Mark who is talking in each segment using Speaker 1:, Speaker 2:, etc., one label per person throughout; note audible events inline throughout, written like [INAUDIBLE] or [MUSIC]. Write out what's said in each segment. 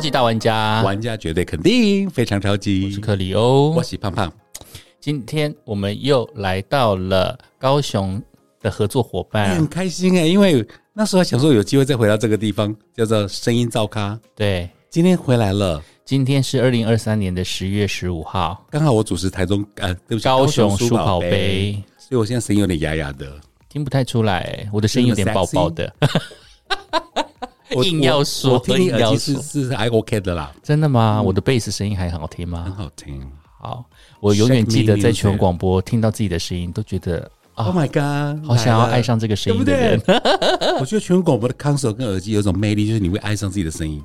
Speaker 1: 级大玩家，
Speaker 2: 玩家绝对肯定非常超级。
Speaker 1: 啊我是克里欧
Speaker 2: 我。喜胖胖，
Speaker 1: 今天我们又来到了高雄的合作伙
Speaker 2: 哎很
Speaker 1: 伴，
Speaker 2: 开心哎、因为那时候想说有机会再回到这个地方，叫做声音造咖。
Speaker 1: 对，
Speaker 2: 今天回来了，
Speaker 1: 今天是二零二三年的十月十五号，
Speaker 2: 刚好我主持台中，呃，对不起，
Speaker 1: 高雄
Speaker 2: 书
Speaker 1: 书跑
Speaker 2: 杯，
Speaker 1: 杯，
Speaker 2: 所以我现在声音有点哑哑的。
Speaker 1: 听不太出来、我的声音有点爆爆的，[LAUGHS]
Speaker 2: 我
Speaker 1: 硬要说
Speaker 2: 我我听你
Speaker 1: 硬
Speaker 2: 耳
Speaker 1: 要
Speaker 2: 机是是是还 OK 的啦，
Speaker 1: 真的吗？
Speaker 2: 嗯
Speaker 1: 我的贝斯声音还很好听
Speaker 2: 很
Speaker 1: 吗？
Speaker 2: 好听。
Speaker 1: 好，我永远记得
Speaker 2: Shake me,
Speaker 1: 在全
Speaker 2: music
Speaker 1: 广播听到自己的声音，都觉得
Speaker 2: Oh
Speaker 1: 啊，
Speaker 2: my god！
Speaker 1: 好想要
Speaker 2: 来了
Speaker 1: 爱上这个声
Speaker 2: 对
Speaker 1: 音
Speaker 2: 不
Speaker 1: 的
Speaker 2: 对
Speaker 1: 人。？
Speaker 2: 我觉得全广播的 console 跟耳机有一种魅力，就是你会爱上自己的声音。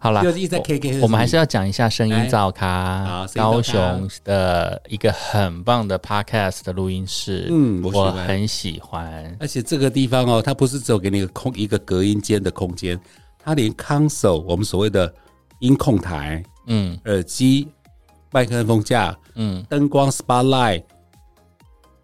Speaker 1: 好啦，
Speaker 2: 就是一直在 KK
Speaker 1: 我我们还是要讲一下声音造咖
Speaker 2: 好，声音造咖
Speaker 1: 高雄的一个很棒的 podcast 的录音室，
Speaker 2: 嗯我喜
Speaker 1: 我
Speaker 2: 欢
Speaker 1: 很喜欢，
Speaker 2: 而且这个地方哦，它不是只有给你一个空一个隔音间的空间，它连 console 我们所谓的音控台、
Speaker 1: 嗯
Speaker 2: 耳机、麦克风架、
Speaker 1: 嗯，
Speaker 2: 灯光 spotlight，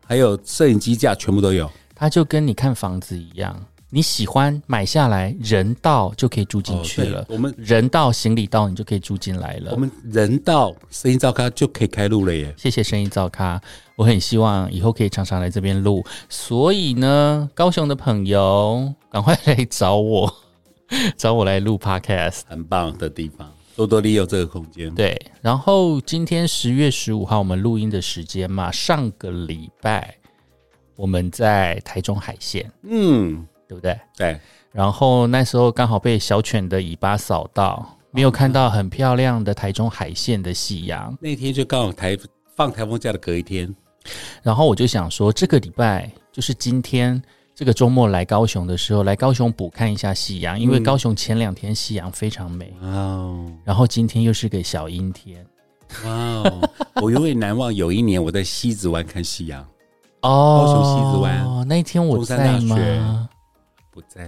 Speaker 2: 还有摄影机架全部都有。
Speaker 1: 它就跟你看房子一样，你喜欢买下来，人到就可以住进去了
Speaker 2: 哦，对我们
Speaker 1: 人到行李到，你就可以住进来了
Speaker 2: 我。们人到声音照咖就可以开录了耶。
Speaker 1: 谢谢声音造咖，我很希望以后可以常常来这边录。所以呢，高雄的朋友，赶快来找我， [LAUGHS] 找我来录 podcast。
Speaker 2: 很棒的地方，多多利用这个空间。
Speaker 1: 对，然后今天十月十五号我们录音的时间嘛，上个礼拜我们在台中海线，
Speaker 2: 嗯，
Speaker 1: 对不对？
Speaker 2: 对，
Speaker 1: 然后那时候刚好被小犬的尾巴扫到，没有看到很漂亮的台中海线的夕阳。
Speaker 2: 那天就刚好台放台风假的隔一天，
Speaker 1: 然后我就想说，这个礼拜就是今天这个周末来高雄的时候，来高雄补看一下夕阳，因
Speaker 2: 嗯
Speaker 1: 为高雄前两天夕阳非常美，
Speaker 2: 哇哦，
Speaker 1: 然后今天又是个小阴天。
Speaker 2: 哇哦！ [LAUGHS] 我永远难忘有一年我在西子湾看夕阳，
Speaker 1: 哦，
Speaker 2: 高雄西子湾
Speaker 1: 那一天我
Speaker 2: 中山
Speaker 1: 在
Speaker 2: 大学
Speaker 1: 吗
Speaker 2: 不在，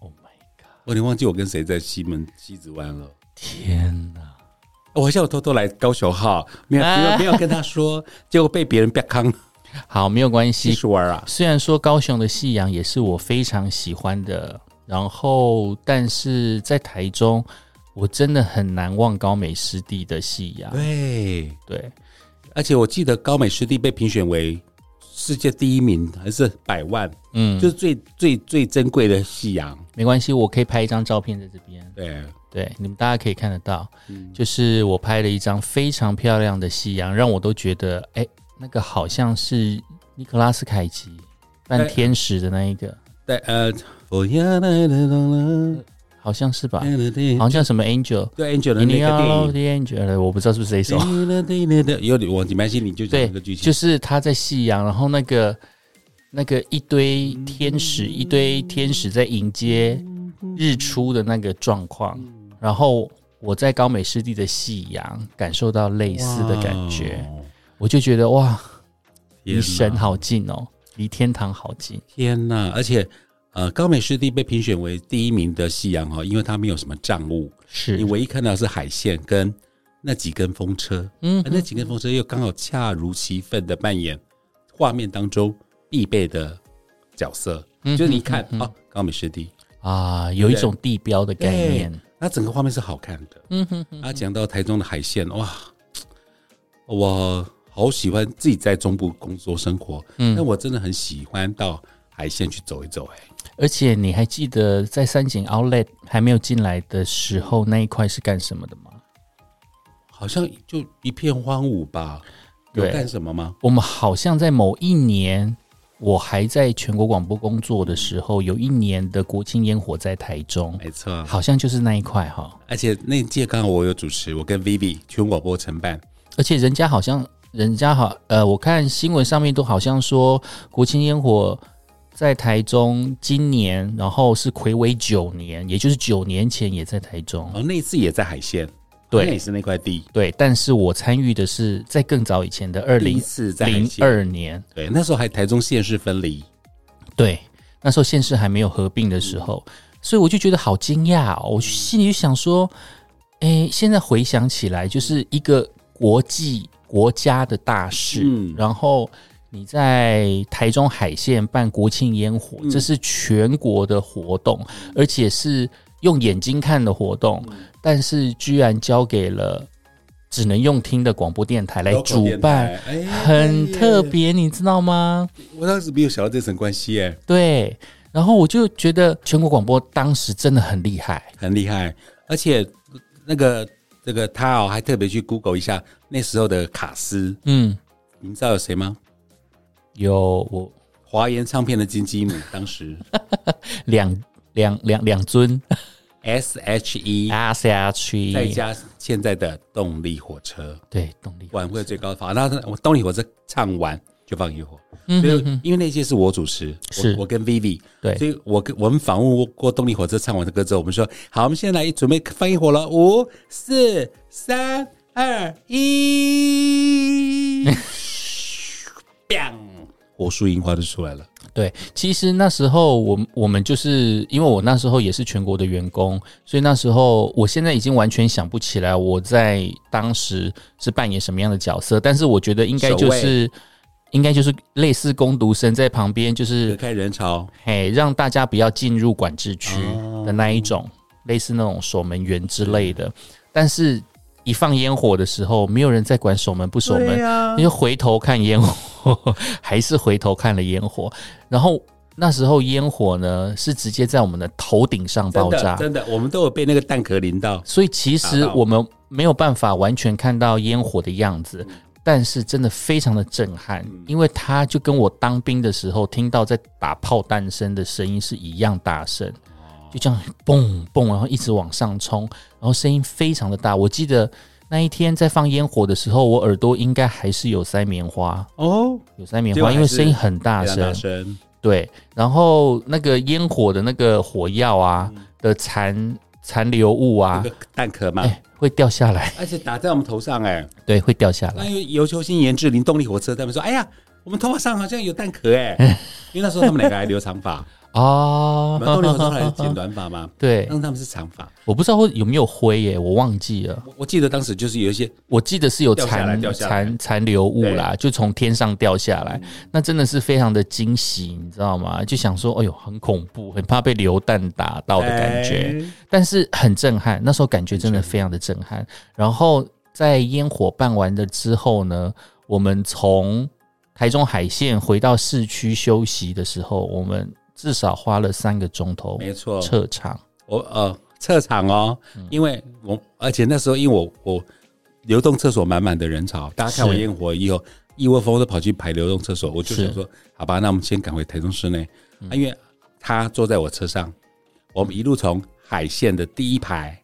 Speaker 1: ？Oh my god！
Speaker 2: 我有点忘记我跟谁在西门西子湾了。哦
Speaker 1: 天哪！
Speaker 2: 我下午偷偷来高雄哈，没有没
Speaker 1: 啊
Speaker 2: 有没有跟他说，结果被别人啪康
Speaker 1: 好，没有关
Speaker 2: 西
Speaker 1: 系。
Speaker 2: 蜀玩啊。
Speaker 1: 虽然说高雄的夕阳也是我非常喜欢的，然后但是在台中，我真的很难忘高美湿地的夕阳。
Speaker 2: 对，
Speaker 1: [LAUGHS] 对，
Speaker 2: 而且我记得高美湿地被评选为世界第一名，还是百万，
Speaker 1: 嗯，
Speaker 2: 就
Speaker 1: 就是
Speaker 2: 最最最珍贵的夕阳。
Speaker 1: 没关系，我可以拍一张照片在这边，
Speaker 2: 对，
Speaker 1: 对，你们大家可以看得到，
Speaker 2: 嗯
Speaker 1: 就是我拍了一张非常漂亮的夕阳，让我都觉得，哎、那个好像是尼克拉斯凯奇扮
Speaker 2: 哎
Speaker 1: 天使的那一个，
Speaker 2: 对，呃，我要来的了，
Speaker 1: 好像是吧？好
Speaker 2: 对
Speaker 1: 像叫什么 Angel。
Speaker 2: ，Angel 的
Speaker 1: 你
Speaker 2: 那个电
Speaker 1: 要
Speaker 2: 影
Speaker 1: the angel，我不知道是不是这一首。
Speaker 2: 有点忘记，没关系，你就讲
Speaker 1: 对
Speaker 2: 那个剧，情。
Speaker 1: 就是他在夕阳，然后那个那个一堆天使，一堆天使在迎接日出的那个状况。然后我在高美湿地的夕阳，感受到类似的感觉，
Speaker 2: 哇哦，
Speaker 1: 我就觉得哇，离
Speaker 2: 天哪
Speaker 1: 神好近哦，离天堂好近。
Speaker 2: 天呐！而且，呃，高美湿地被评选为第一名的夕阳哈，因为它没有什么障物，
Speaker 1: 是
Speaker 2: 你，唯一看到的是海线跟那几根风车，呃
Speaker 1: 嗯
Speaker 2: 而那几根风车又刚好恰如其分的扮演画面当中必备的角色，
Speaker 1: 嗯
Speaker 2: 就是你看
Speaker 1: 嗯嗯嗯
Speaker 2: 哦，高美湿地，
Speaker 1: 啊，有一种地标的概念。
Speaker 2: 它整个画面是好看的。
Speaker 1: 嗯哼哼，
Speaker 2: 啊，讲到台中的海线，哇，我好喜欢自己在中部工作生活，
Speaker 1: 嗯
Speaker 2: 但我真的很喜欢到海线去走一走、哎。
Speaker 1: 而且你还记得在三井 Outlet 还没有进来的时候，那一块是干什么的吗？
Speaker 2: 好像就一片荒芜吧？有
Speaker 1: 对
Speaker 2: 干什么吗？
Speaker 1: 我们好像在某一年，我还在全国广播工作的时候，有一年的国庆烟火在台中，
Speaker 2: 没错，
Speaker 1: 好像就是那一块哈。
Speaker 2: 而且那届刚好我有主持，我跟 Vivi 全广播承办，
Speaker 1: 而且人家好像，人家好，呃，我看新闻上面都好像说国庆烟火在台中今年，然后是暌违九年，也就是九年前也在台中。
Speaker 2: 哦，那一次也在海线，
Speaker 1: 对
Speaker 2: 那也是那块地，
Speaker 1: 对，但是我参与的是在更早以前的二
Speaker 2: 第一
Speaker 1: 零
Speaker 2: 次在海
Speaker 1: 零
Speaker 2: 线，
Speaker 1: 二年，
Speaker 2: 对，那时候还台中县市分离，
Speaker 1: 对，那时候县市还没有合并的时候，所以我就觉得好惊讶哦，我心里就想说，诶，现在回想起来，就是一个国际国家的大事，
Speaker 2: 嗯
Speaker 1: 然后。你在台中海线办国庆烟火，这是全国的活动，而且是用眼睛看的活动。但是居然交给了只能用听的广播电台来
Speaker 2: Local
Speaker 1: 主
Speaker 2: 电
Speaker 1: 办，
Speaker 2: 台，哎
Speaker 1: 很特。别，你知道吗？
Speaker 2: 我当时没有想到这层关系，哎，
Speaker 1: 对，然后我就觉得全国广播当时真的很厉害，
Speaker 2: 很厉害。而且那个这个他哦，还特别去 Google 一下那时候的卡斯，
Speaker 1: 嗯，
Speaker 2: 你们知道有谁吗？
Speaker 1: 有我
Speaker 2: 华研唱片的金鸡母，
Speaker 1: [LAUGHS]
Speaker 2: 当时
Speaker 1: 两两两两尊
Speaker 2: S H E，
Speaker 1: 压下去，
Speaker 2: 再加现在的动力火车，
Speaker 1: 对动力，
Speaker 2: 晚会最高法。那我动力火车唱完就放烟火，
Speaker 1: 嗯
Speaker 2: 所以
Speaker 1: 哼哼
Speaker 2: 因为那些是我主持，我
Speaker 1: 是
Speaker 2: 我跟 Vivi，
Speaker 1: 对
Speaker 2: 所以我跟我们访问过动力火车唱完的歌之后，我们说好，我们现在来准备放烟火了，五、四、三、二、一 [LAUGHS] ，bang，火树银花就出来了。
Speaker 1: 对，其实那时候我们我们就是因为我那时候也是全国的员工，所以那时候我现在已经完全想不起来我在当时是扮演什么样的角色，但是我觉得应该就是应该就是类似攻读生在旁边，就
Speaker 2: 隔
Speaker 1: 是
Speaker 2: 开人潮，
Speaker 1: 嘿让大家不要进入管制区
Speaker 2: 哦
Speaker 1: 的那一种，类似那种守门员之类的。但是，一放烟火的时候，没有人在管守门不守门，
Speaker 2: 呀
Speaker 1: 你就回头看烟火，还是回头看了烟火。然后那时候烟火呢是直接在我们的头顶上爆
Speaker 2: 真的
Speaker 1: 炸，
Speaker 2: 真的，我们都有被那个蛋壳淋到。
Speaker 1: 所以其实
Speaker 2: 打到
Speaker 1: 我们没有办法完全看到烟火的样子，
Speaker 2: 嗯
Speaker 1: 但是真的非常的震撼，因为它就跟我当兵的时候听到在打炮弹声的声音是一样大声。
Speaker 2: 哦
Speaker 1: 就这样蹦蹦，然后一直往上冲，然后声音非常的大。我记得那一天在放烟火的时候，我耳朵应该还是有塞棉花，
Speaker 2: 哦，
Speaker 1: 有塞棉
Speaker 2: 结果
Speaker 1: 花，因为
Speaker 2: 还是
Speaker 1: 声音很大
Speaker 2: 非常大
Speaker 1: 声。
Speaker 2: 声，
Speaker 1: 对，然后那个烟火的那个火药啊、
Speaker 2: 嗯
Speaker 1: 的残残留物
Speaker 2: 那
Speaker 1: 啊，
Speaker 2: 个蛋壳嘛
Speaker 1: 哎、，会掉下 [LAUGHS] 来，
Speaker 2: 而且打在我们头上哎、
Speaker 1: 对，会掉下
Speaker 2: 那
Speaker 1: 来。
Speaker 2: 因为尤秋兴、颜志林、动力火车，他们说：“哎呀，我们头发上好像有蛋壳
Speaker 1: [LAUGHS]
Speaker 2: 哎、因为那时候他们两个还留长发，我
Speaker 1: 哦
Speaker 2: 们，动力火车后来剪短发嘛，
Speaker 1: 对，
Speaker 2: 让他们是长发。
Speaker 1: 我不知道会有没有灰耶、我忘记了。
Speaker 2: 我我记得当时就是有一些
Speaker 1: 我记得是有
Speaker 2: 掉下来
Speaker 1: 残
Speaker 2: 掉下来
Speaker 1: 残残留物啦，就从天上掉下来，那真的是非常的惊喜，你知道吗？就想说，哎呦，很恐怖，很怕被流弹打到的感觉。
Speaker 2: 哎
Speaker 1: 但是很震撼，那时候感觉真的非常的震撼。然后在烟火办完了之后呢，我们从台中海线回到市区休息的时候，我们至少花了三个钟头
Speaker 2: 哎没错，
Speaker 1: 撤场。
Speaker 2: 我呃撤场哦，
Speaker 1: 嗯
Speaker 2: 因为我而且那时候因为我我流动厕所满满的人潮，大家看
Speaker 1: 是
Speaker 2: 我烟火以后一窝蜂都跑去排流动厕所，我就是想说，好吧，那我们先赶回台中市内，
Speaker 1: 嗯
Speaker 2: 啊因为他坐在我车上，我们一路从海线的第一排，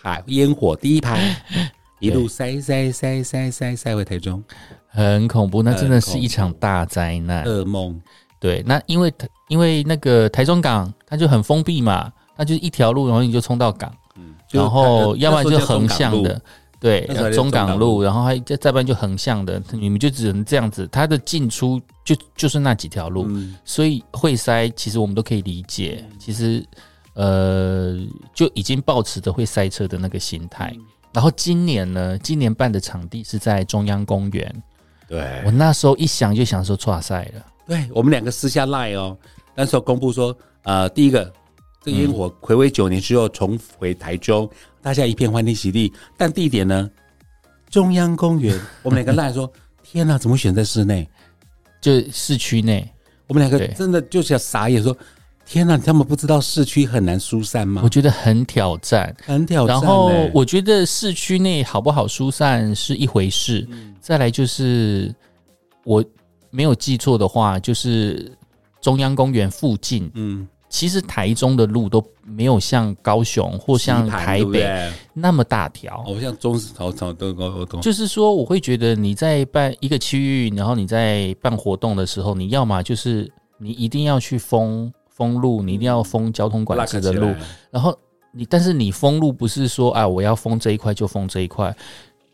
Speaker 2: 海烟火第一排。
Speaker 1: [LAUGHS]
Speaker 2: 一路塞塞塞塞塞塞回
Speaker 1: [LAUGHS]
Speaker 2: 台中，
Speaker 1: 很恐怖，那真的是
Speaker 2: 很恐怖
Speaker 1: 一场大灾难。
Speaker 2: 噩梦。
Speaker 1: 对，那因为台因为那个台中港它就很封闭嘛，它就是一条路，然后你就冲到港，
Speaker 2: 就呃
Speaker 1: 然后
Speaker 2: 那
Speaker 1: 要不然就横向，
Speaker 2: 那时候叫中
Speaker 1: 的
Speaker 2: 港路，
Speaker 1: 对呃
Speaker 2: 那时候，叫
Speaker 1: 中
Speaker 2: 中
Speaker 1: 港
Speaker 2: 港
Speaker 1: 路，
Speaker 2: 路
Speaker 1: 然后还再再不然就横向的，你们就只能这样子，它的进出就就是那几条路，
Speaker 2: 嗯
Speaker 1: 所以会塞，其实我们都可以理解，其实呃就已经抱持着会塞车的那个心态。
Speaker 2: 嗯
Speaker 1: 然后今年呢，今年办的场地是在中央公园，
Speaker 2: 对，
Speaker 1: 我那时候一想就想说，哇塞了。
Speaker 2: 对我们两个私下赖哦，那时候公布说，呃，第一个，这个烟火回违九年之后重回台中，大家一片欢天喜地。但地点呢，中央公园，我们两个赖说，天哪、怎么选在室内？
Speaker 1: 就市区内，
Speaker 2: 我们两个
Speaker 1: 对
Speaker 2: 真的就想傻眼说，天哪、他们不知道市区很难疏散吗
Speaker 1: 我？觉得很挑战。
Speaker 2: 很挑战、
Speaker 1: 然
Speaker 2: 欸。
Speaker 1: 后我觉得市区内好不好疏散是一回事，
Speaker 2: 嗯
Speaker 1: 再来就是我没有记错的话，就是中央公园附近，
Speaker 2: 嗯，
Speaker 1: 其实台中的路都没有像高雄或像
Speaker 2: 棋盘
Speaker 1: 台
Speaker 2: 对不对
Speaker 1: 北那么大条。
Speaker 2: 哦，像中草草都我我懂。
Speaker 1: 就是说，我会觉得你在办一个区域，然后你在办活动的时候，你要么就是你一定要去封封路，你一定要封交通管制的路，然后你，但是你封路不是说啊，我要封这一块就封这一块，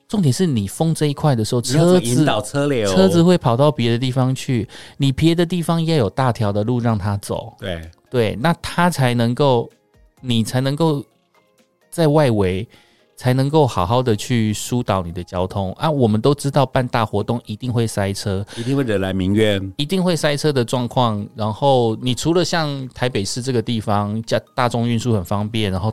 Speaker 1: 重点是你封这一块的时候，
Speaker 2: 你
Speaker 1: 车
Speaker 2: 要怎么引
Speaker 1: 子
Speaker 2: 导哦车流，
Speaker 1: 车子会跑到别的地方去，你别的地方要有大条的路让它走，
Speaker 2: 对
Speaker 1: 对，那它才能够，你才能够在外围。才能够好好的去疏导你的交通啊！我们都知道办大活动一定会塞车，
Speaker 2: 一定会惹来民怨。
Speaker 1: 一定会塞车的状况。然后你除了像台北市这个地方，加大众运输很方便，然后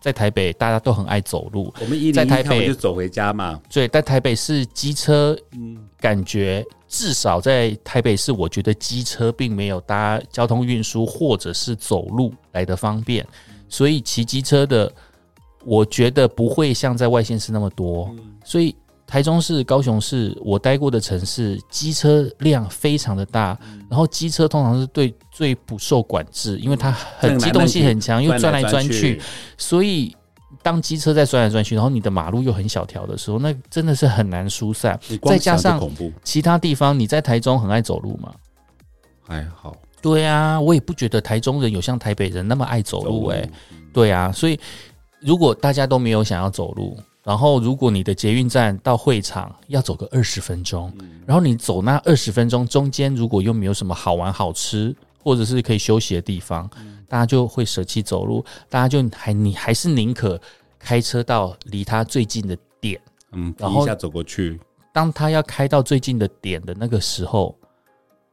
Speaker 1: 在台北大家都很爱走路，
Speaker 2: 我们一
Speaker 1: 在
Speaker 2: 零
Speaker 1: 台
Speaker 2: 一
Speaker 1: 北
Speaker 2: 看我就走回家嘛，
Speaker 1: 对，但台北市机车
Speaker 2: 嗯，
Speaker 1: 感觉至少在台北市，我觉得机车并没有搭交通运输或者是走路来的方便，所以骑机车的，我觉得不会像在外县市那么多。
Speaker 2: 嗯
Speaker 1: 所以台中市、高雄市我待过的城市，机车量非常的大，
Speaker 2: 嗯
Speaker 1: 然后机车通常是对最不受管制，因为它很
Speaker 2: 正来
Speaker 1: 机动性
Speaker 2: 慢去
Speaker 1: 很强，又钻来钻去
Speaker 2: 去，，
Speaker 1: 所以当机车在钻来钻去，然后你的马路又很小条的时候，那真的是很难疏散。
Speaker 2: 你光
Speaker 1: 再加
Speaker 2: 想就
Speaker 1: 上
Speaker 2: 恐怖
Speaker 1: 其他地方，你在台中很爱走路嘛？
Speaker 2: 还好，
Speaker 1: 对啊，我也不觉得台中人有像台北人那么爱走路哎、
Speaker 2: 走
Speaker 1: 对啊，所以如果大家都没有想要走路，然后如果你的捷运站到会场要走个二十分钟，
Speaker 2: 嗯
Speaker 1: 然后你走那二十分钟中间如果又没有什么好玩好吃或者是可以休息的地方，
Speaker 2: 嗯
Speaker 1: 大家就会舍弃走路，大家就还你还是宁可开车到离他最近的点。
Speaker 2: 嗯，
Speaker 1: 然
Speaker 2: 第
Speaker 1: 后
Speaker 2: 一下走过去，
Speaker 1: 当他要开到最近的点的那个时候，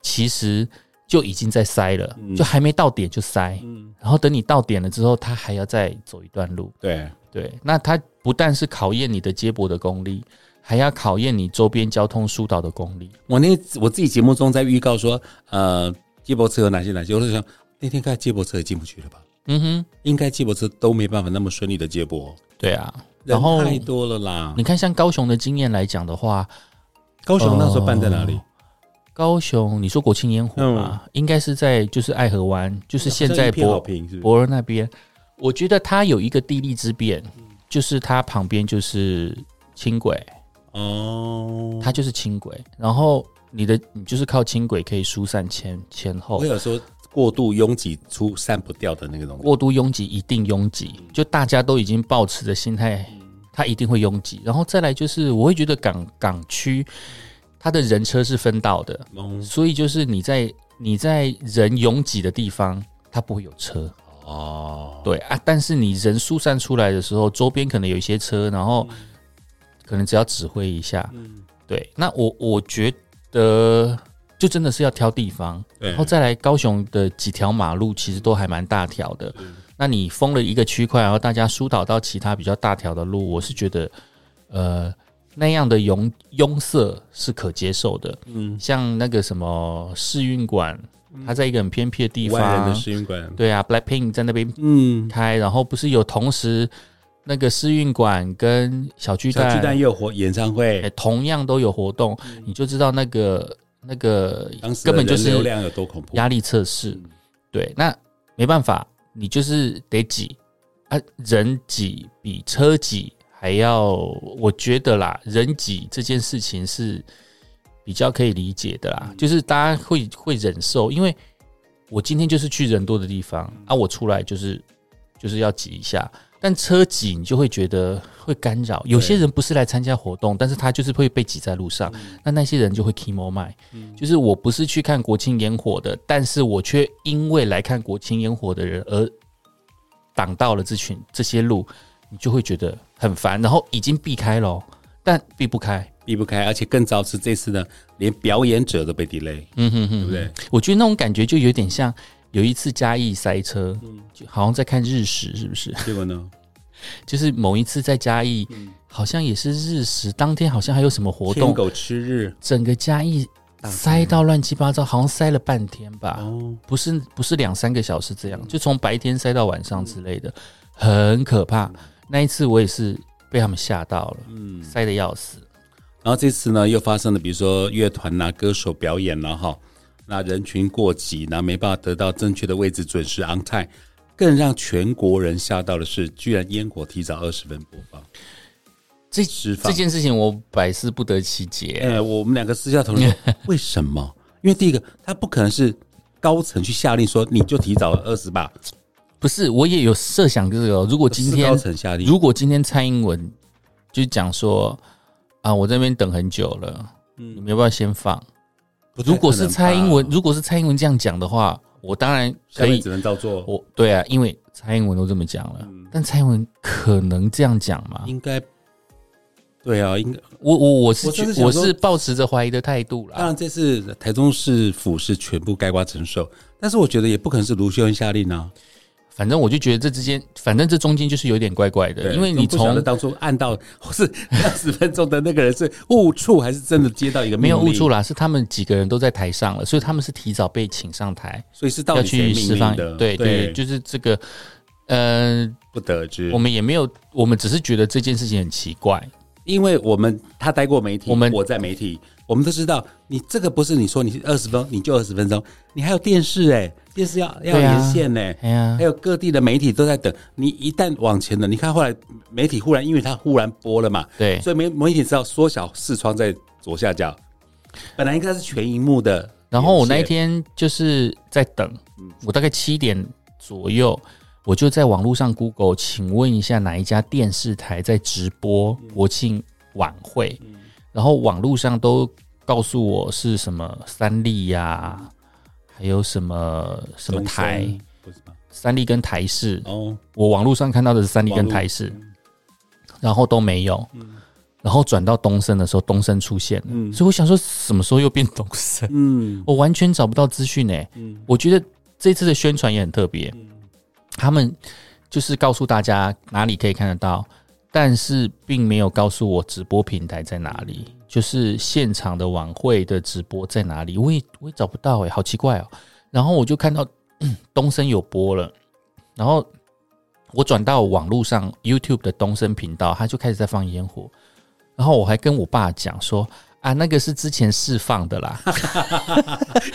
Speaker 1: 其实就已经在塞了，
Speaker 2: 嗯
Speaker 1: 就还没到点就塞。
Speaker 2: 嗯，
Speaker 1: 然后等你到点了之后，他还要再走一段路。
Speaker 2: 对，
Speaker 1: 对，那他不但是考验你的接驳的功力，还要考验你周边交通疏导的功力。
Speaker 2: 我那我自己节目中在预告说，呃，接驳车有哪些哪些，我就想那天看接驳车也进不去了吧？
Speaker 1: 嗯哼，
Speaker 2: 应该接驳车都没办法那么顺利的接驳，
Speaker 1: 对啊。
Speaker 2: 人
Speaker 1: 然后
Speaker 2: 太多了啦。
Speaker 1: 你看，像高雄的经验来讲的话，
Speaker 2: 高雄那时候办在哪里？
Speaker 1: 哦高雄你说国庆烟火嘛，应该是在就是爱河湾，就是现在
Speaker 2: 博嗯好
Speaker 1: 博
Speaker 2: 评是不是？
Speaker 1: 博尔那边，我觉得它有一个地利之便，
Speaker 2: 嗯
Speaker 1: 就是它旁边就是轻轨，
Speaker 2: 哦，
Speaker 1: 它就是轻轨，然后你的你就是靠轻轨可以疏散前前后
Speaker 2: 我。有说过度拥挤出散不掉的那个东西。
Speaker 1: 过度拥挤一定拥挤，就大家都已经抱持的心态，它一定会拥挤。然后再来就是，我会觉得港港区它的人车是分道的，
Speaker 2: 嗯
Speaker 1: 所以就是你在你在人拥挤的地方，它不会有车。
Speaker 2: 哦，
Speaker 1: 对啊，但是你人疏散出来的时候，周边可能有一些车，然后可能只要指挥一下。对，那我我觉得就真的是要挑地方，
Speaker 2: 对
Speaker 1: 然后再来高雄的几条马路其实都还蛮大条的。
Speaker 2: 嗯
Speaker 1: 那你封了一个区块，然后大家疏导到其他比较大条的路，我是觉得，呃，那样的拥拥塞是可接受的。
Speaker 2: 嗯，
Speaker 1: 像那个什么试运馆，它在一个很偏僻的地
Speaker 2: 五万人的
Speaker 1: 方，啊
Speaker 2: 试运馆，
Speaker 1: 对啊，Blackpink 在那边
Speaker 2: 嗯，
Speaker 1: 开，然后不是有同时那个试运馆跟小巨
Speaker 2: 小
Speaker 1: 蛋，
Speaker 2: 巨蛋又有活演唱
Speaker 1: 哎
Speaker 2: 会，
Speaker 1: 同样都有活动，你就知道那个那个
Speaker 2: 当时的
Speaker 1: 根本就
Speaker 2: 人流
Speaker 1: 是
Speaker 2: 量有多恐怖。
Speaker 1: 压力测试
Speaker 2: 嗯。
Speaker 1: 对，那没办法，你就是得挤啊，人挤比车挤还要，我觉得啦，人挤这件事情是比较可以理解的啦，就是大家会会忍受，因为我今天就是去人多的地方啊，我出来就是就是要挤一下。但车挤你就会觉得会干扰，有些人不是来参加活动，但是他就是会被挤在路上，那那些人就会 emo 卖，就是我不是去看国庆烟火的，但是我却因为来看国庆烟火的人而挡到了这群这些路，你就会觉得很烦，然后已经避开了，但避不开，
Speaker 2: 避不开，而且更糟是这次呢，连表演者都被 delay，
Speaker 1: 嗯哼哼，
Speaker 2: 对不对？
Speaker 1: 我觉得那种感觉就有点像有一次嘉义塞车，
Speaker 2: 嗯
Speaker 1: 就好像在看日食，是不是？
Speaker 2: 结果呢，
Speaker 1: 就是某一次在嘉义，好像也是日食，当天好像还有什么活
Speaker 2: 天
Speaker 1: 动，
Speaker 2: 嗯狗吃日
Speaker 1: 整个嘉义塞到乱七八糟，好像塞了半天吧。
Speaker 2: 哦，
Speaker 1: 不是不是两三个小时这
Speaker 2: 嗯
Speaker 1: 样，就从白天塞到晚上之类的，很可怕。那一次我也是被他们吓到了，
Speaker 2: 嗯，
Speaker 1: 塞得要死。
Speaker 2: 然后这次呢又发生了，比如说乐团呐、啊歌手表演了哈，那人群过挤，那没办法得到正确的位置，准时 on time。更让全国人吓到的是，居然烟火提早二十分播放，
Speaker 1: 这
Speaker 2: 释放
Speaker 1: 这件事情我百思不得其解。
Speaker 2: 哎、我们两个私下讨
Speaker 1: [LAUGHS]
Speaker 2: 论说，为什么？因为第一个，他不可能是高层去下令说你就提早二十吧，
Speaker 1: 不是，我也有设想这个哦，如果今
Speaker 2: 是高
Speaker 1: 天
Speaker 2: 层下令，
Speaker 1: 如果今天蔡英文就讲说啊，我这边等很久了，你们要不要先放？
Speaker 2: 嗯不太
Speaker 1: 如果
Speaker 2: 可
Speaker 1: 是
Speaker 2: 能
Speaker 1: 蔡英文，
Speaker 2: 吧
Speaker 1: 如果是蔡英文这样讲的话，我当然
Speaker 2: 下
Speaker 1: 可
Speaker 2: 面
Speaker 1: 以
Speaker 2: 只能照做，
Speaker 1: 我对啊，因为蔡英文都这么讲了，
Speaker 2: 嗯
Speaker 1: 但蔡英文可能这样讲吗？
Speaker 2: 应该对啊，应该
Speaker 1: 我我我是
Speaker 2: 我真的
Speaker 1: 觉
Speaker 2: 想
Speaker 1: 我
Speaker 2: 说
Speaker 1: 是抱持着怀疑的态度
Speaker 2: 当
Speaker 1: 啦。
Speaker 2: 然这次台中市府是全部盖瓜承受，但是我觉得也不可能是卢秀恩下令啊，
Speaker 1: 反正我就觉得这之间，反正这中间就是有点怪怪的，
Speaker 2: 对
Speaker 1: 因为你
Speaker 2: 不晓得
Speaker 1: 从
Speaker 2: 当初按到是二十分钟的那个人是误触还是真的接到一个
Speaker 1: 没有误触
Speaker 2: 了，
Speaker 1: 啦，是他们几个人都在台上了，所以他们是提早被请上台
Speaker 2: 所以是到
Speaker 1: 要
Speaker 2: 底
Speaker 1: 去
Speaker 2: 谁命
Speaker 1: 释
Speaker 2: 令
Speaker 1: 放
Speaker 2: 的？。
Speaker 1: 对对，就是这个，呃，
Speaker 2: 不得知
Speaker 1: 我。们也没有，我们只是觉得这件事情很奇怪。
Speaker 2: 因为我们他待过媒体，
Speaker 1: 我们
Speaker 2: 我在媒体，我们都知道，你这个不是你说你二十分钟你就二十分钟，你还有电视哎、电视要要
Speaker 1: 对啊
Speaker 2: 连线呢、
Speaker 1: 哎呀
Speaker 2: 还，有各地的媒体都在等你。一旦往前了，你看后来媒体忽然，因为它忽然播了嘛，
Speaker 1: 对
Speaker 2: 所以媒媒体知道缩小视窗在左下角，本来应该是全荧幕的。
Speaker 1: 然后我那一，天就是在等，我大概七点左右，我就在网络上 Google，请问一下哪一家电视台在直播国庆晚会？然后网络上都告诉我是什么三立呀、还有什么什么台，
Speaker 2: 不是吗？
Speaker 1: 三立跟台视，
Speaker 2: 哦，
Speaker 1: 我网络上看到的是三立
Speaker 2: 网
Speaker 1: 跟
Speaker 2: 络嗯
Speaker 1: 台视，然后都没有。然后转到东升的时候，东升出现了，所以我想说，什么时候又变东升？
Speaker 2: 嗯
Speaker 1: 我完全找不到资讯诶。
Speaker 2: 嗯
Speaker 1: 我觉得这次的宣传也很特别，他们就是告诉大家哪里可以看得到，但是并没有告诉我直播平台在哪里，就是现场的晚会的直播在哪里，我也我也找不到诶，好奇怪哦。然后我就看到 [CLEARS THROAT] 东升有播了，然后我转到网络上 YouTube 的东升频道，他就开始在放烟火，然后我还跟我爸讲说。啊，那个是之前释放的啦，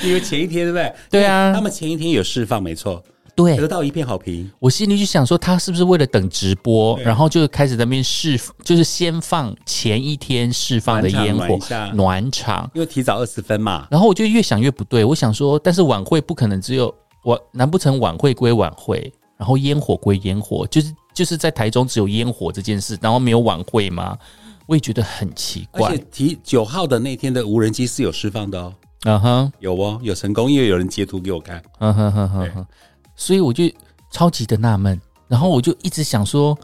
Speaker 2: 因为前一天对不对？
Speaker 1: 对啊
Speaker 2: 他们前一天有释放，没错，
Speaker 1: 对，
Speaker 2: 得到一片好评。
Speaker 1: 我心里就想说，他是不是为了等直播，然后就开始在那边释，就是先放前一天释放的烟
Speaker 2: 暖场暖
Speaker 1: 火
Speaker 2: 一下
Speaker 1: 暖场，
Speaker 2: 因为提早二十分嘛，
Speaker 1: 然后我就越想越不对，我想说，但是晚会不可能只有晚，难不成晚会归晚会，然后烟火归烟火，就是就是在台中只有烟火这件事，然后没有晚会吗？我也觉得很奇
Speaker 2: 而
Speaker 1: 怪
Speaker 2: 且。提九号的那天的无人机是有释放的哦，
Speaker 1: 嗯哼，
Speaker 2: 有哦，有成功，因为有人截图给我看。
Speaker 1: 嗯哼哼哼哼，所以我就超级的纳闷，然后我就一直想说，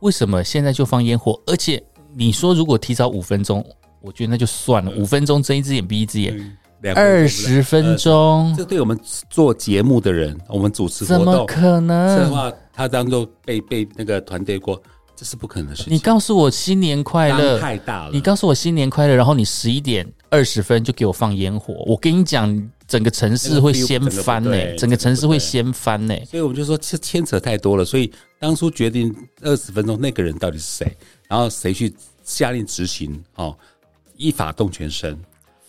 Speaker 1: 为什么现在就放烟火？而且你说如果提早五分钟，我觉得那就算了，五分钟睁一只眼闭一只眼，
Speaker 2: 嗯两分钟
Speaker 1: 二
Speaker 2: 对不对
Speaker 1: 十分钟
Speaker 2: 这对我们做节目的人，我们主持
Speaker 1: 怎
Speaker 2: 活
Speaker 1: 么
Speaker 2: 动
Speaker 1: 可
Speaker 2: 策
Speaker 1: 能？
Speaker 2: 划，他当做被被那个团队过，这是不可能的事情。
Speaker 1: 你告诉我新年快
Speaker 2: 当
Speaker 1: 乐，
Speaker 2: 太大了，
Speaker 1: 你告诉我新年快乐，然后你十一点二十分就给我放烟火，我跟你讲，整个城市会掀翻呢、
Speaker 2: 那个 feel 整个不对
Speaker 1: 整个城市会
Speaker 2: 整个不对
Speaker 1: 掀翻呢、
Speaker 2: 所以我们就说这牵扯太多了，所以当初决定二十分钟那个人到底是谁，然后谁去下令执行，哦，依法动全身。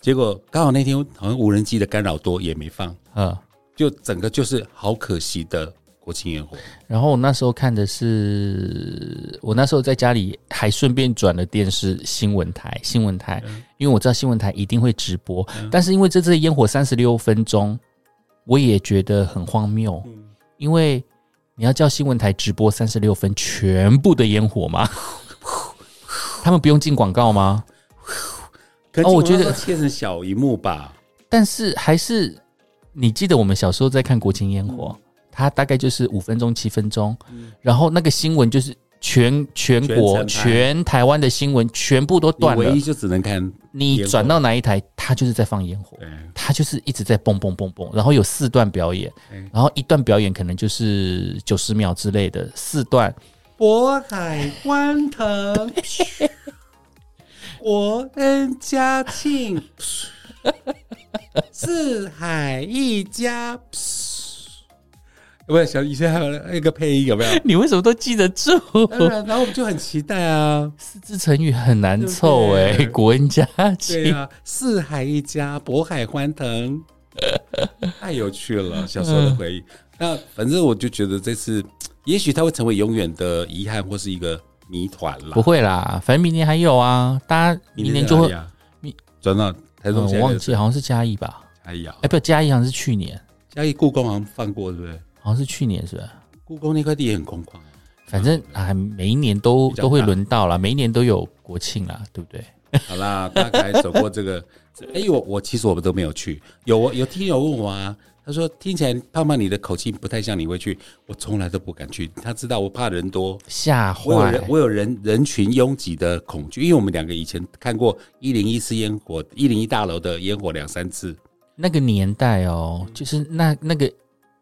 Speaker 2: 结果刚好那天好像无人机的干扰多也没放，
Speaker 1: 嗯。
Speaker 2: 就整个就是好可惜的国庆烟火。
Speaker 1: 然后我那时候看的是，我那时候在家里还顺便转了电视新闻台，新闻台，因为我知道新闻台一定会直播，但是因为这次的烟火三十六分钟，我也觉得很荒谬，因为你要叫新闻台直播三十六分全部的烟火吗？ [LAUGHS] 他们不用进广告吗？
Speaker 2: 可
Speaker 1: 哦我觉得
Speaker 2: 能切成小荧幕吧，
Speaker 1: 但是还是，你记得我们小时候在看国庆烟
Speaker 2: 嗯
Speaker 1: 火，它大概就是五分钟、七分钟，然后那个新闻就是全全国、
Speaker 2: 全程拍
Speaker 1: 全台湾的新闻全部都
Speaker 2: 你
Speaker 1: 断了
Speaker 2: 唯一，就只能看
Speaker 1: 你
Speaker 2: 烟火
Speaker 1: 转到哪一台，它就是在放烟火
Speaker 2: 对。
Speaker 1: 它就是一直在蹦蹦蹦蹦，然后有四段表演，然后一段表演可能就是九十秒之类的，四段
Speaker 2: 渤海欢腾，国恩嘉庆，四海一家。有没有小以前还有那个配音有没有？
Speaker 1: 你为什么都记得
Speaker 2: [LAUGHS]
Speaker 1: 住？
Speaker 2: 当然，然后我们就很期待 [LAUGHS] 啊，
Speaker 1: 四字成语很难凑
Speaker 2: 对
Speaker 1: 哎、
Speaker 2: 不对
Speaker 1: 国恩家
Speaker 2: 对
Speaker 1: 庆，
Speaker 2: 啊，四海一家，渤海欢 [LAUGHS] 腾，太有趣了，小时候的回忆。那反正我就觉得这次，也许它会成为永远的遗憾，或是一个谜团啦
Speaker 1: [LAUGHS] 不。会啦，反正明年还有啊，大家明年就会
Speaker 2: 啊
Speaker 1: 明，
Speaker 2: 转到台
Speaker 1: 嗯，
Speaker 2: 中嘉
Speaker 1: 我
Speaker 2: 义
Speaker 1: 忘
Speaker 2: 的
Speaker 1: 记好像是嘉义吧？
Speaker 2: 嘉义啊
Speaker 1: 哎、，不，嘉义好像是去年，
Speaker 2: 嘉义故宫好像放过，对不对？
Speaker 1: 好像是去年是吧？
Speaker 2: 故宫那块地也很空旷啊，
Speaker 1: [LAUGHS] 反正啊，每一年都
Speaker 2: 嗯比较大
Speaker 1: 都会轮到啦，每一年都有国庆啦，对不对？
Speaker 2: 好啦，大概走过这个。哎、我我其实我们都没有去，有有听友问我啊，他说听起来胖胖你的口气不太像你会去，我从来都不敢去，他知道我怕人多，
Speaker 1: 吓
Speaker 2: 我有
Speaker 1: 坏
Speaker 2: 人，我有人人群拥挤的恐惧，因为我们两个以前看过一零一次烟火，一零一大楼的烟火两三次，
Speaker 1: 那个年代哦，就是那那个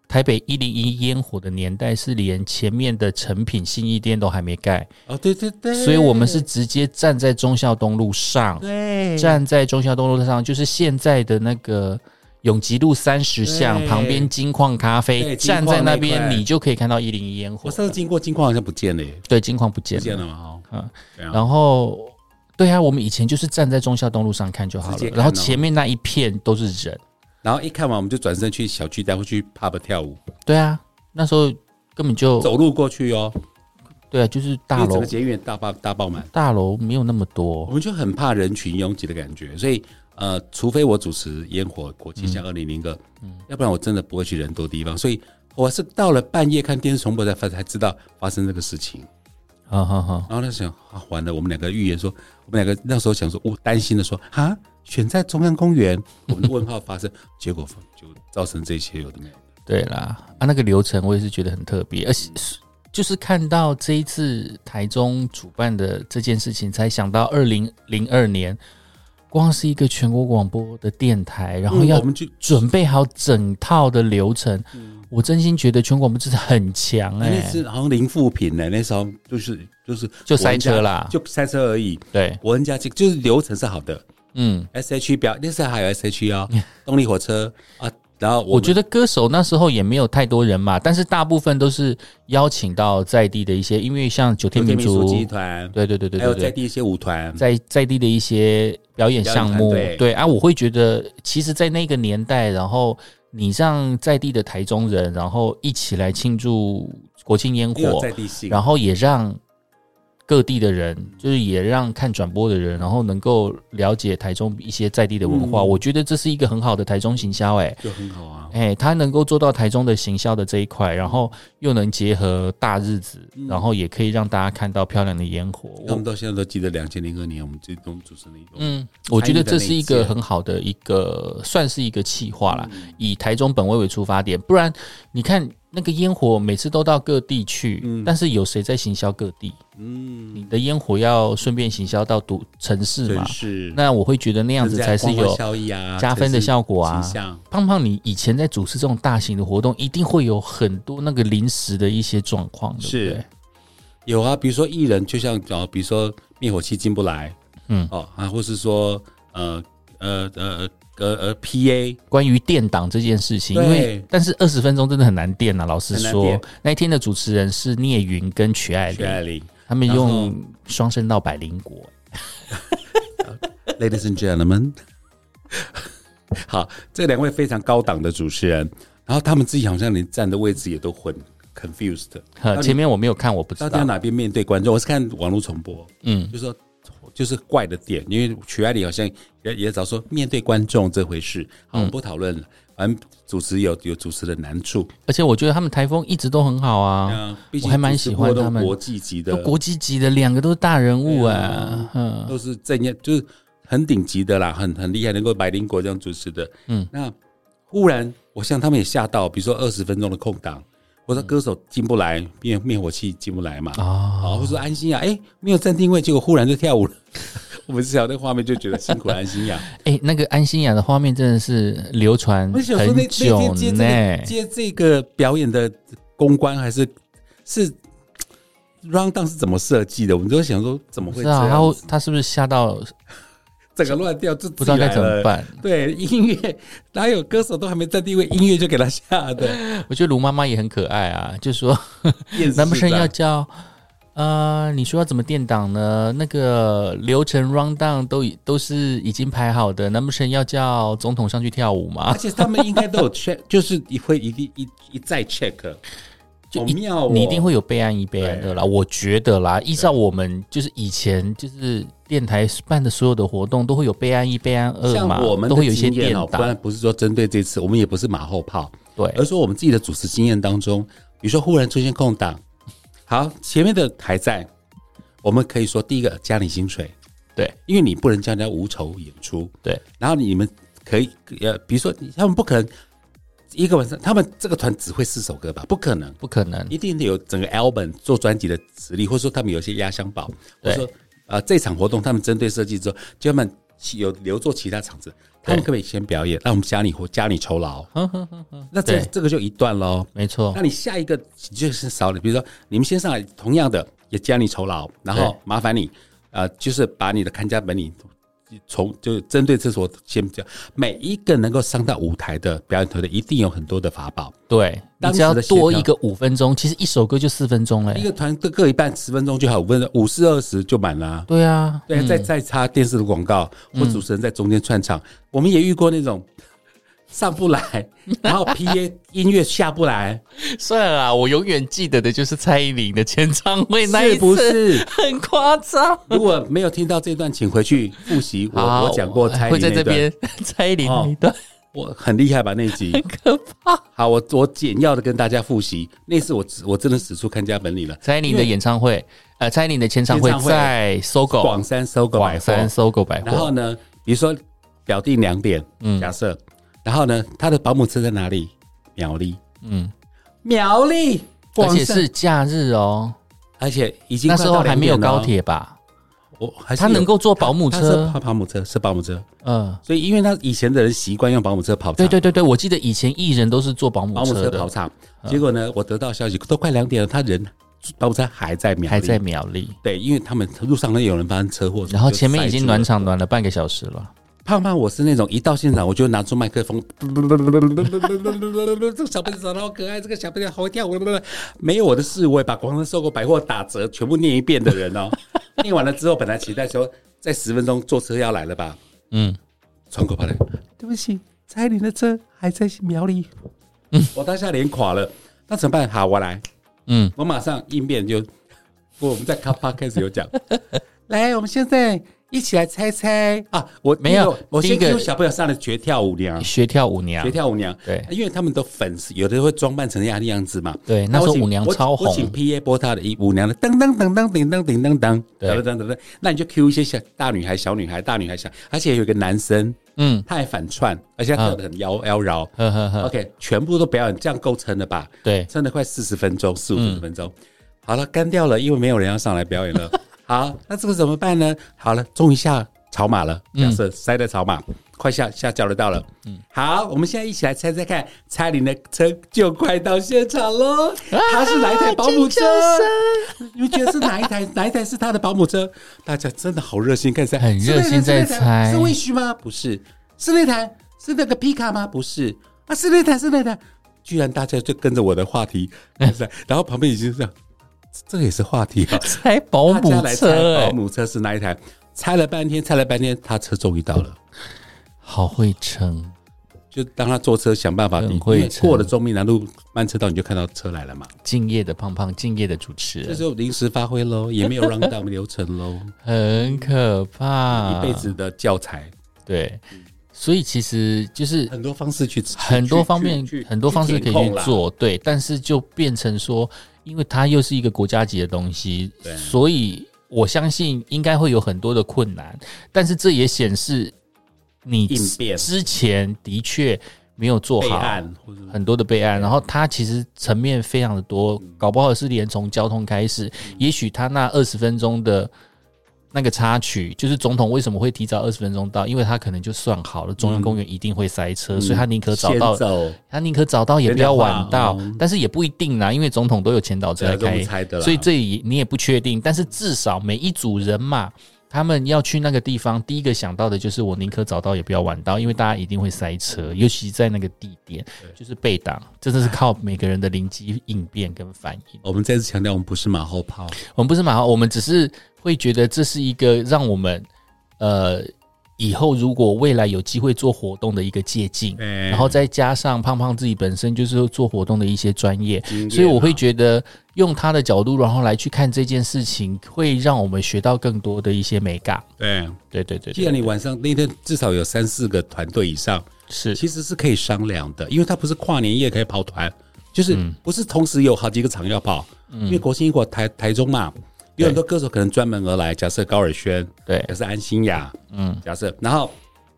Speaker 1: 台北一零一烟火的年代是连前面的成品信义店都还没盖，
Speaker 2: 哦，对对对，
Speaker 1: 所以我们是直接站在忠孝东路上，
Speaker 2: 对
Speaker 1: 站在忠孝东路上，就是现在的那个永吉路三十巷
Speaker 2: 对
Speaker 1: 旁边金矿咖啡，
Speaker 2: 对金
Speaker 1: 站
Speaker 2: 矿
Speaker 1: 在那
Speaker 2: 那
Speaker 1: 边
Speaker 2: 块
Speaker 1: 你就可以看到一零一烟火
Speaker 2: 我。上次经过金矿好像不见了耶，
Speaker 1: 对，金矿不
Speaker 2: 不
Speaker 1: 见
Speaker 2: 见
Speaker 1: 了。
Speaker 2: 了嘛？哦，
Speaker 1: 嗯
Speaker 2: 对啊，
Speaker 1: 然后，对啊，我们以前就是站在忠孝东路上看就好
Speaker 2: 直接
Speaker 1: 了，
Speaker 2: 看
Speaker 1: 然后
Speaker 2: 哦
Speaker 1: 前面那一片都是人。
Speaker 2: 然后一看完我们就转身去小巨蛋或去 pub 跳舞，
Speaker 1: 对啊，那时候根本就
Speaker 2: 走路过去哦，
Speaker 1: 对啊，就是
Speaker 2: 因
Speaker 1: 大
Speaker 2: 为整
Speaker 1: 楼
Speaker 2: 个捷运大爆大爆满，
Speaker 1: 大楼没有那么
Speaker 2: 我
Speaker 1: 多。
Speaker 2: 们就很怕人群拥挤的感觉，所以呃，除非我主持烟火国际
Speaker 1: 嗯
Speaker 2: 像二零零二，要不然我真的不会去人多地方，所以我是到了半夜看电视重播才发才知道发生这个事情。
Speaker 1: 好好好，
Speaker 2: 然后他想啊，完了，我们两个预言说，我们两个那时候想说，我担心的说啊，选在中央公园，我们的问号
Speaker 1: [LAUGHS]
Speaker 2: 发生，结果就造成这些有的没有。
Speaker 1: 对啦，啊，那个流程我也是觉得很特别，而且是就是看到这一次台中主办的这件事情，才想到二零零二年，光是一个全国广播的电台，然后
Speaker 2: 嗯
Speaker 1: 要
Speaker 2: 我们就
Speaker 1: 准备好整套的流程，
Speaker 2: 嗯
Speaker 1: 我真心觉得全广播真的很强哎、
Speaker 2: 那次好像零负评呢，那时候就是就是
Speaker 1: 就塞车啦
Speaker 2: 就塞车而已。
Speaker 1: 对，
Speaker 2: 我人家就就是流程是好的
Speaker 1: 嗯，
Speaker 2: ，S H E 表那时候还有 S H E
Speaker 1: [LAUGHS]
Speaker 2: 哦，动力火车啊，然后我
Speaker 1: 我觉
Speaker 2: 得
Speaker 1: 得歌手那时候也没有太多人嘛，但是大部分都是邀请到在地的一些，因为像九天民族，
Speaker 2: 集团，
Speaker 1: 对对对对
Speaker 2: 还有
Speaker 1: 对
Speaker 2: 在
Speaker 1: 对，
Speaker 2: 地一些舞团，
Speaker 1: 在在地的一些表演项目，
Speaker 2: 表演团队
Speaker 1: 对啊，我会觉得其实，在那个年代，然后你让在地的台中人，然后一起来庆祝国庆烟
Speaker 2: 也有
Speaker 1: 火，
Speaker 2: 在地性，
Speaker 1: 然后也让各地的人，就是也让看转播的人，然后能够了解台中一些在地的文化，
Speaker 2: 嗯
Speaker 1: 我觉得这是一个很好的台中行销、欸，哎。
Speaker 2: 就很好啊。
Speaker 1: 哎，他能够做到台中的行销的这一块，然后又能结合大日子，
Speaker 2: 嗯
Speaker 1: 然后也可以让大家看到漂亮的烟火。
Speaker 2: 我们
Speaker 1: 我
Speaker 2: 到现在都记得两千零二年我们最终主持人一种
Speaker 1: 嗯，我觉得这是一
Speaker 2: 参与
Speaker 1: 个
Speaker 2: 的那一届
Speaker 1: 很好的一个，算是一个企划啦，
Speaker 2: 嗯
Speaker 1: 以台中本位为出发点。不然，你看那个烟火每次都到各地去，
Speaker 2: 嗯
Speaker 1: 但是有谁在行销各地？
Speaker 2: 嗯，
Speaker 1: 你的烟火要顺便行销到都城市嘛
Speaker 2: 真？是
Speaker 1: 那我会觉得那样子才是
Speaker 2: 增加光
Speaker 1: 有
Speaker 2: 环效益啊，
Speaker 1: 加分的效果啊
Speaker 2: 城市形象
Speaker 1: 胖胖，你以前在主持这种大型的活动，一定会有很多那个临时的一些状况，对不
Speaker 2: 是
Speaker 1: 对？
Speaker 2: 有啊，比如说艺人，就像哦，比如说灭火器进不来，
Speaker 1: 嗯
Speaker 2: 哦啊，或是说呃呃呃呃呃 PA
Speaker 1: 关于电档这件事情，
Speaker 2: 对
Speaker 1: 因为但是二十分钟真的很难电啊。老实
Speaker 2: 很难
Speaker 1: 说
Speaker 2: 电，
Speaker 1: 那一天的主持人是聂云跟曲爱
Speaker 2: 徐
Speaker 1: 玲，
Speaker 2: 爱
Speaker 1: [LAUGHS]
Speaker 2: 玲
Speaker 1: 他们
Speaker 2: 然后
Speaker 1: 用双声道百灵果。
Speaker 2: ，Ladies and gentlemen，好，这两位非常高档的主持人，然后他们自己好像连站的位置也都混 confused，
Speaker 1: 呵，前面我没有看，我不知
Speaker 2: 到底要
Speaker 1: 道。
Speaker 2: 哪边面对观众？我是看网络重播，
Speaker 1: 嗯，
Speaker 2: 就说就是怪的点，因为曲爱里好像也也早说面对观众这回事，
Speaker 1: 嗯
Speaker 2: 好，我们不讨论了。反正主持有有主持的难处
Speaker 1: 而且我觉得他们台风一直都很好啊，
Speaker 2: 啊，毕竟
Speaker 1: 我还蛮喜欢
Speaker 2: 主持活动
Speaker 1: 他们
Speaker 2: 国际级
Speaker 1: 都
Speaker 2: 的，
Speaker 1: 国际级的，两个都是大人物啊。嗯，
Speaker 2: 都是正业，就是很顶级的啦，很很厉害，能够白灵国这样主持的。
Speaker 1: 嗯，
Speaker 2: 那忽然我像他们也吓到，比如说二十分钟的空档，我
Speaker 1: 嗯
Speaker 2: 的歌手进不来，灭灭火器进不来嘛，
Speaker 1: 啊，
Speaker 2: 啊，或者说安心呀，哎、没有站定位，结果忽然就跳舞了。 [LAUGHS] 我们想那画面就觉得辛苦了
Speaker 1: [LAUGHS]
Speaker 2: 安心呀。
Speaker 1: 哎，那个安心雅的画面真的是流传
Speaker 2: 我想说那
Speaker 1: 很
Speaker 2: 那天
Speaker 1: 久
Speaker 2: 接这
Speaker 1: 呢
Speaker 2: 个。接这个表演的公关还是是嗯 round down 是怎么设计的？我们都想说怎么
Speaker 1: 不
Speaker 2: 会
Speaker 1: 是
Speaker 2: 这
Speaker 1: 啊，他
Speaker 2: 样
Speaker 1: 会
Speaker 2: 子？
Speaker 1: 他是不是吓到
Speaker 2: 整个乱掉，就
Speaker 1: 不知道该怎么。办？
Speaker 2: 对音乐，哪有歌手都还没站定位，音乐就给他
Speaker 1: [LAUGHS]
Speaker 2: 吓的。
Speaker 1: 我觉得卢妈妈也很可爱啊，就说
Speaker 2: 厌世
Speaker 1: 难不成
Speaker 2: 的
Speaker 1: 要叫呃，你说要怎么垫档呢？那个流程 round down 都已都是已经排好的，难不成要叫总统上去跳舞吗
Speaker 2: 而？且他们应该都有 check，就是会一定一一再 check，好
Speaker 1: [LAUGHS] 就一
Speaker 2: 妙哦！
Speaker 1: 你一定会有备案一备案的啦，我觉得啦，依照我们就是以前就是电台办的所有的活动，都会有备案一、备案二
Speaker 2: 像
Speaker 1: 嘛，
Speaker 2: 我们
Speaker 1: 都
Speaker 2: 的
Speaker 1: 会有一些
Speaker 2: 经
Speaker 1: 电
Speaker 2: 验哦，不
Speaker 1: 档，
Speaker 2: 然不是说针对这次，我们也不是马后炮，
Speaker 1: 对
Speaker 2: 而是说我们自己的主持经验当中，比如说忽然出现空档，好，前面的还在，我们可以说第一个加你薪水，
Speaker 1: 对
Speaker 2: 因为你不能叫人家无酬演出，
Speaker 1: 对，
Speaker 2: 然后你们可以呃，比如说你他们不可能一个晚上，他们这个团只会四首歌吧，不可能，
Speaker 1: 不可能，
Speaker 2: 一定得有整个 album 做专辑的实力，或者说他们有一些压箱宝，或
Speaker 1: 对
Speaker 2: 者说呃这场活动他们针对设计之后，就他们其有留作其他场子，他们可不可以先表演，让我们家里或家里酬劳？那这
Speaker 1: [LAUGHS] 对哦
Speaker 2: 这个就一段喽。
Speaker 1: 没错
Speaker 2: 那，你下一个你就是少了，比如说你们先上来，同样的也家里酬劳，然后
Speaker 1: 对
Speaker 2: 麻烦你，呃，就是把你的看家本领从就是针对这所先讲，每一个能够上到舞台的表演团队一定有很多的法宝，
Speaker 1: 对你
Speaker 2: 当时
Speaker 1: 只要
Speaker 2: 的协
Speaker 1: 多
Speaker 2: 调
Speaker 1: 一个五分钟，其实一首歌就四分钟嘞、
Speaker 2: 一个团队各一半十分钟就好，五分钟五四二十就满了啊、
Speaker 1: 对啊，
Speaker 2: 对啊，再再插电视的广告
Speaker 1: 嗯
Speaker 2: 或主持人在中间串场，我们也遇过那种上不来，
Speaker 1: [LAUGHS]
Speaker 2: 然后 P A 音乐下不来，
Speaker 1: 算了啦，我永远记得的就是蔡依林的前唱会那一
Speaker 2: 是
Speaker 1: 次，
Speaker 2: 不是？
Speaker 1: 很夸张？
Speaker 2: 如果没有听到这段，请回去复习我
Speaker 1: 好
Speaker 2: 我讲过蔡依
Speaker 1: 会在
Speaker 2: 林那
Speaker 1: 这
Speaker 2: 段，
Speaker 1: 边 [LAUGHS] 蔡依林那一段，
Speaker 2: 我很厉害吧那一集？
Speaker 1: [LAUGHS] 可怕。
Speaker 2: 好，我我简要的跟大家复习，那次我我真的使出看家本领了。
Speaker 1: 蔡依林的演唱会，呃，蔡依林的签唱会
Speaker 2: 签唱会
Speaker 1: 在搜狗
Speaker 2: 广山搜狗
Speaker 1: 哦
Speaker 2: 百
Speaker 1: 广
Speaker 2: 货
Speaker 1: 山，搜狗百
Speaker 2: 然后
Speaker 1: 货，
Speaker 2: 呢，比如说表弟两点，
Speaker 1: 嗯
Speaker 2: 假设，然后呢，他的保姆车在哪里？苗栗，
Speaker 1: 嗯，
Speaker 2: 苗栗，
Speaker 1: 而
Speaker 2: 广
Speaker 1: 且
Speaker 2: 山
Speaker 1: 是假日哦，
Speaker 2: 而且已经
Speaker 1: 那
Speaker 2: 快
Speaker 1: 时
Speaker 2: 到
Speaker 1: 候还没有
Speaker 2: 2点了
Speaker 1: 高
Speaker 2: 哦，
Speaker 1: 铁吧？
Speaker 2: 我还是
Speaker 1: 他
Speaker 2: 有
Speaker 1: 能够坐保姆
Speaker 2: 他
Speaker 1: 车
Speaker 2: 是跑保姆车是保姆车，
Speaker 1: 嗯，
Speaker 2: 所以因为他以前的人习惯用保姆车跑场，
Speaker 1: 对对对对，我记得以前艺人都是坐保姆
Speaker 2: 保姆
Speaker 1: 车
Speaker 2: 车
Speaker 1: 的嗯
Speaker 2: 跑，场，结果呢，我得到消息都快两点了，他人保姆车还在苗栗，
Speaker 1: 还在苗栗，
Speaker 2: 对，因为他们路上呢有人发生车祸，
Speaker 1: 然后
Speaker 2: 就
Speaker 1: 前面已
Speaker 2: 塞
Speaker 1: 经
Speaker 2: 住了
Speaker 1: 暖。场暖了半个小时了，
Speaker 2: 胖胖，我是那种一到现场我就拿出麦克风， [LAUGHS] 这个小朋友长得好可爱，这个小朋友好会跳舞，没有我的事，我也把广场收购百货打折全部念一遍的人哦。 [LAUGHS] 念完了之后，本来期待说在十分钟坐车要来了吧，
Speaker 1: 嗯，
Speaker 2: 窗口跑来，对不起，蔡依林的车还在苗栗，我当下脸垮了，那怎么办？好，我来，
Speaker 1: 嗯，
Speaker 2: 我马上应变就，我们在咖趴开始有讲， [LAUGHS] 来，我们现在一起来猜猜啊，我
Speaker 1: 没有
Speaker 2: 第一个我
Speaker 1: 第
Speaker 2: 先
Speaker 1: 一个
Speaker 2: 给小朋友上来学跳舞娘，
Speaker 1: 学跳舞娘
Speaker 2: 啊学，跳舞娘，
Speaker 1: 对
Speaker 2: 因为他们的粉丝有的会装扮成那样样子嘛，
Speaker 1: 对那
Speaker 2: 那
Speaker 1: 时候
Speaker 2: 我请
Speaker 1: 舞娘
Speaker 2: 我
Speaker 1: 超
Speaker 2: 我请
Speaker 1: 红
Speaker 2: P A 播她的一舞娘的噔噔噔噔叮噔叮噔噔，
Speaker 1: 对
Speaker 2: 噔噔噔噔，那你就 Q 一些小大女孩、小女孩、大女孩、小，而且有一个男生。
Speaker 1: 嗯，
Speaker 2: 他还反串，而且他跳得很妖妖娆。
Speaker 1: 呵呵呵，
Speaker 2: OK，全部都表演，这样够撑了吧？
Speaker 1: 对，
Speaker 2: 撑了快四十分钟，四五十分钟，好了，干掉了，因为没有人要上来表演 [LAUGHS] 了。好，那这个怎么办呢？好了，种一下草马了，假设塞在草马，快下下交流道了。嗯，好，我们现在一起来猜猜看，蔡琳的车就快到现场喽，她是哪一台保姆啊车？你们觉得是哪一台？哪一台是她的保姆车？大家真的好热心，看一下，
Speaker 1: 很热心在
Speaker 2: 是那台
Speaker 1: 猜
Speaker 2: 是魏虚吗？不是，是那台是那个皮卡吗？不是，啊，是那台是那台，居然大家就跟着我的话题，然后旁边已经是这样，这这也是话题啊，
Speaker 1: 猜 [LAUGHS] 保
Speaker 2: 大家
Speaker 1: 姆
Speaker 2: 来猜
Speaker 1: 车、
Speaker 2: 保
Speaker 1: 哎，
Speaker 2: 姆车是哪一台？猜了半天，猜了半天，他车终于到了。
Speaker 1: 好会撑，
Speaker 2: 就当他坐车想办法，
Speaker 1: 很
Speaker 2: 你因
Speaker 1: 会
Speaker 2: 为
Speaker 1: 车
Speaker 2: 过了中密南路慢车道，你就看到车来了嘛。
Speaker 1: 敬业的胖胖，敬业的主持
Speaker 2: 这
Speaker 1: 人，
Speaker 2: 时候临时发挥喽，也没有让到流程
Speaker 1: [LAUGHS]
Speaker 2: 喽，
Speaker 1: 很可怕，
Speaker 2: 一辈子的教材，
Speaker 1: 对，所以其实就是
Speaker 2: 很多方式去吃
Speaker 1: 很多
Speaker 2: 去
Speaker 1: 方面
Speaker 2: 去去
Speaker 1: 很多方式可以
Speaker 2: 填
Speaker 1: 去
Speaker 2: 空啦
Speaker 1: 做，对，但是就变成说，因为它又是一个国家级的东西，
Speaker 2: 对啊
Speaker 1: 所以我相信应该会有很多的困难，但是这也显示你
Speaker 2: 应变
Speaker 1: 之前的确没有做
Speaker 2: 备
Speaker 1: 好。
Speaker 2: 案或者是
Speaker 1: 很多的备案，然后它其实层面非常的多，搞不好是连从交通开始，
Speaker 2: 嗯
Speaker 1: 也许他那二十分钟的那个插曲，就是总统为什么会提早二十分钟到，因为他可能就算好了中央公园一定会塞车，所以他宁可早到
Speaker 2: 先，走，
Speaker 1: 他宁可早到也不要晚到
Speaker 2: 先讲话哦，
Speaker 1: 但是也不一定啦，因为总统都有前导车来
Speaker 2: 对啊这我
Speaker 1: 开
Speaker 2: 们猜的，啦
Speaker 1: 所以这也你也不确定，但是至少每一组人嘛。他们要去那个地方，第一个想到的就是我宁可早到也不要晚到，因为大家一定会塞车，尤其在那个地点，就是被挡，真的是靠每个人的灵机应变跟反应。
Speaker 2: 我们再次强调，我们不是马后炮，
Speaker 1: 我们不是马后，我们只是会觉得这是一个让我们呃以后如果未来有机会做活动的一个借鉴，
Speaker 2: 哎
Speaker 1: 然后再加上胖胖自己本身就是做活动的一些专业
Speaker 2: 经验，啊
Speaker 1: 所以我会觉得用他的角度，然后来去看这件事情，会让我们学到更多的一些美感。
Speaker 2: 对。
Speaker 1: 对对对
Speaker 2: 既
Speaker 1: 对，
Speaker 2: 然你晚上那天至少有三四个团队以上，
Speaker 1: 是
Speaker 2: 其实是可以商量的，因为它不是跨年夜可以跑团，就是
Speaker 1: 嗯
Speaker 2: 不是同时有好几个场要跑，因为国庆一过台台中嘛，有很多歌手可能专门而来，假设高尔宣，
Speaker 1: 对
Speaker 2: 假设安心雅，嗯，假设，然后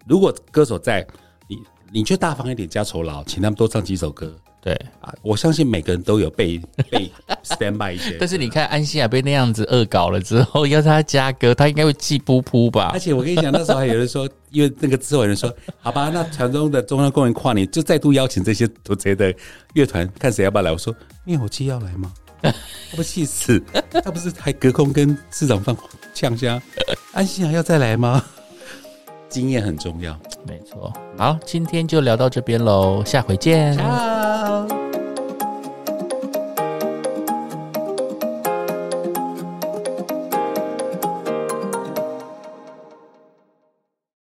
Speaker 2: 如果歌手在，你你就大方一点加酬劳，请他们多唱几首歌，
Speaker 1: 对，
Speaker 2: 啊，我相信每个人都有
Speaker 1: [LAUGHS]
Speaker 2: 被被 stand by 一些。
Speaker 1: 但是你看安西亚被那样子恶搞了之后，要是他加歌，他应该会气噗噗吧
Speaker 2: 而？且我跟你讲，那时候还有人说，因为那个制作人说，好吧，那台中的中央公园跨年就再度邀请这些土贼的乐团，看谁要不要来。我说灭火器要来
Speaker 1: [LAUGHS]
Speaker 2: 吗？他不气死，他不是还隔空跟市长放呛虾？安心阳啊要再来吗？ [LAUGHS] 经验很重要。
Speaker 1: 没错。好，今天就聊到这边喽，下回见。
Speaker 2: 啊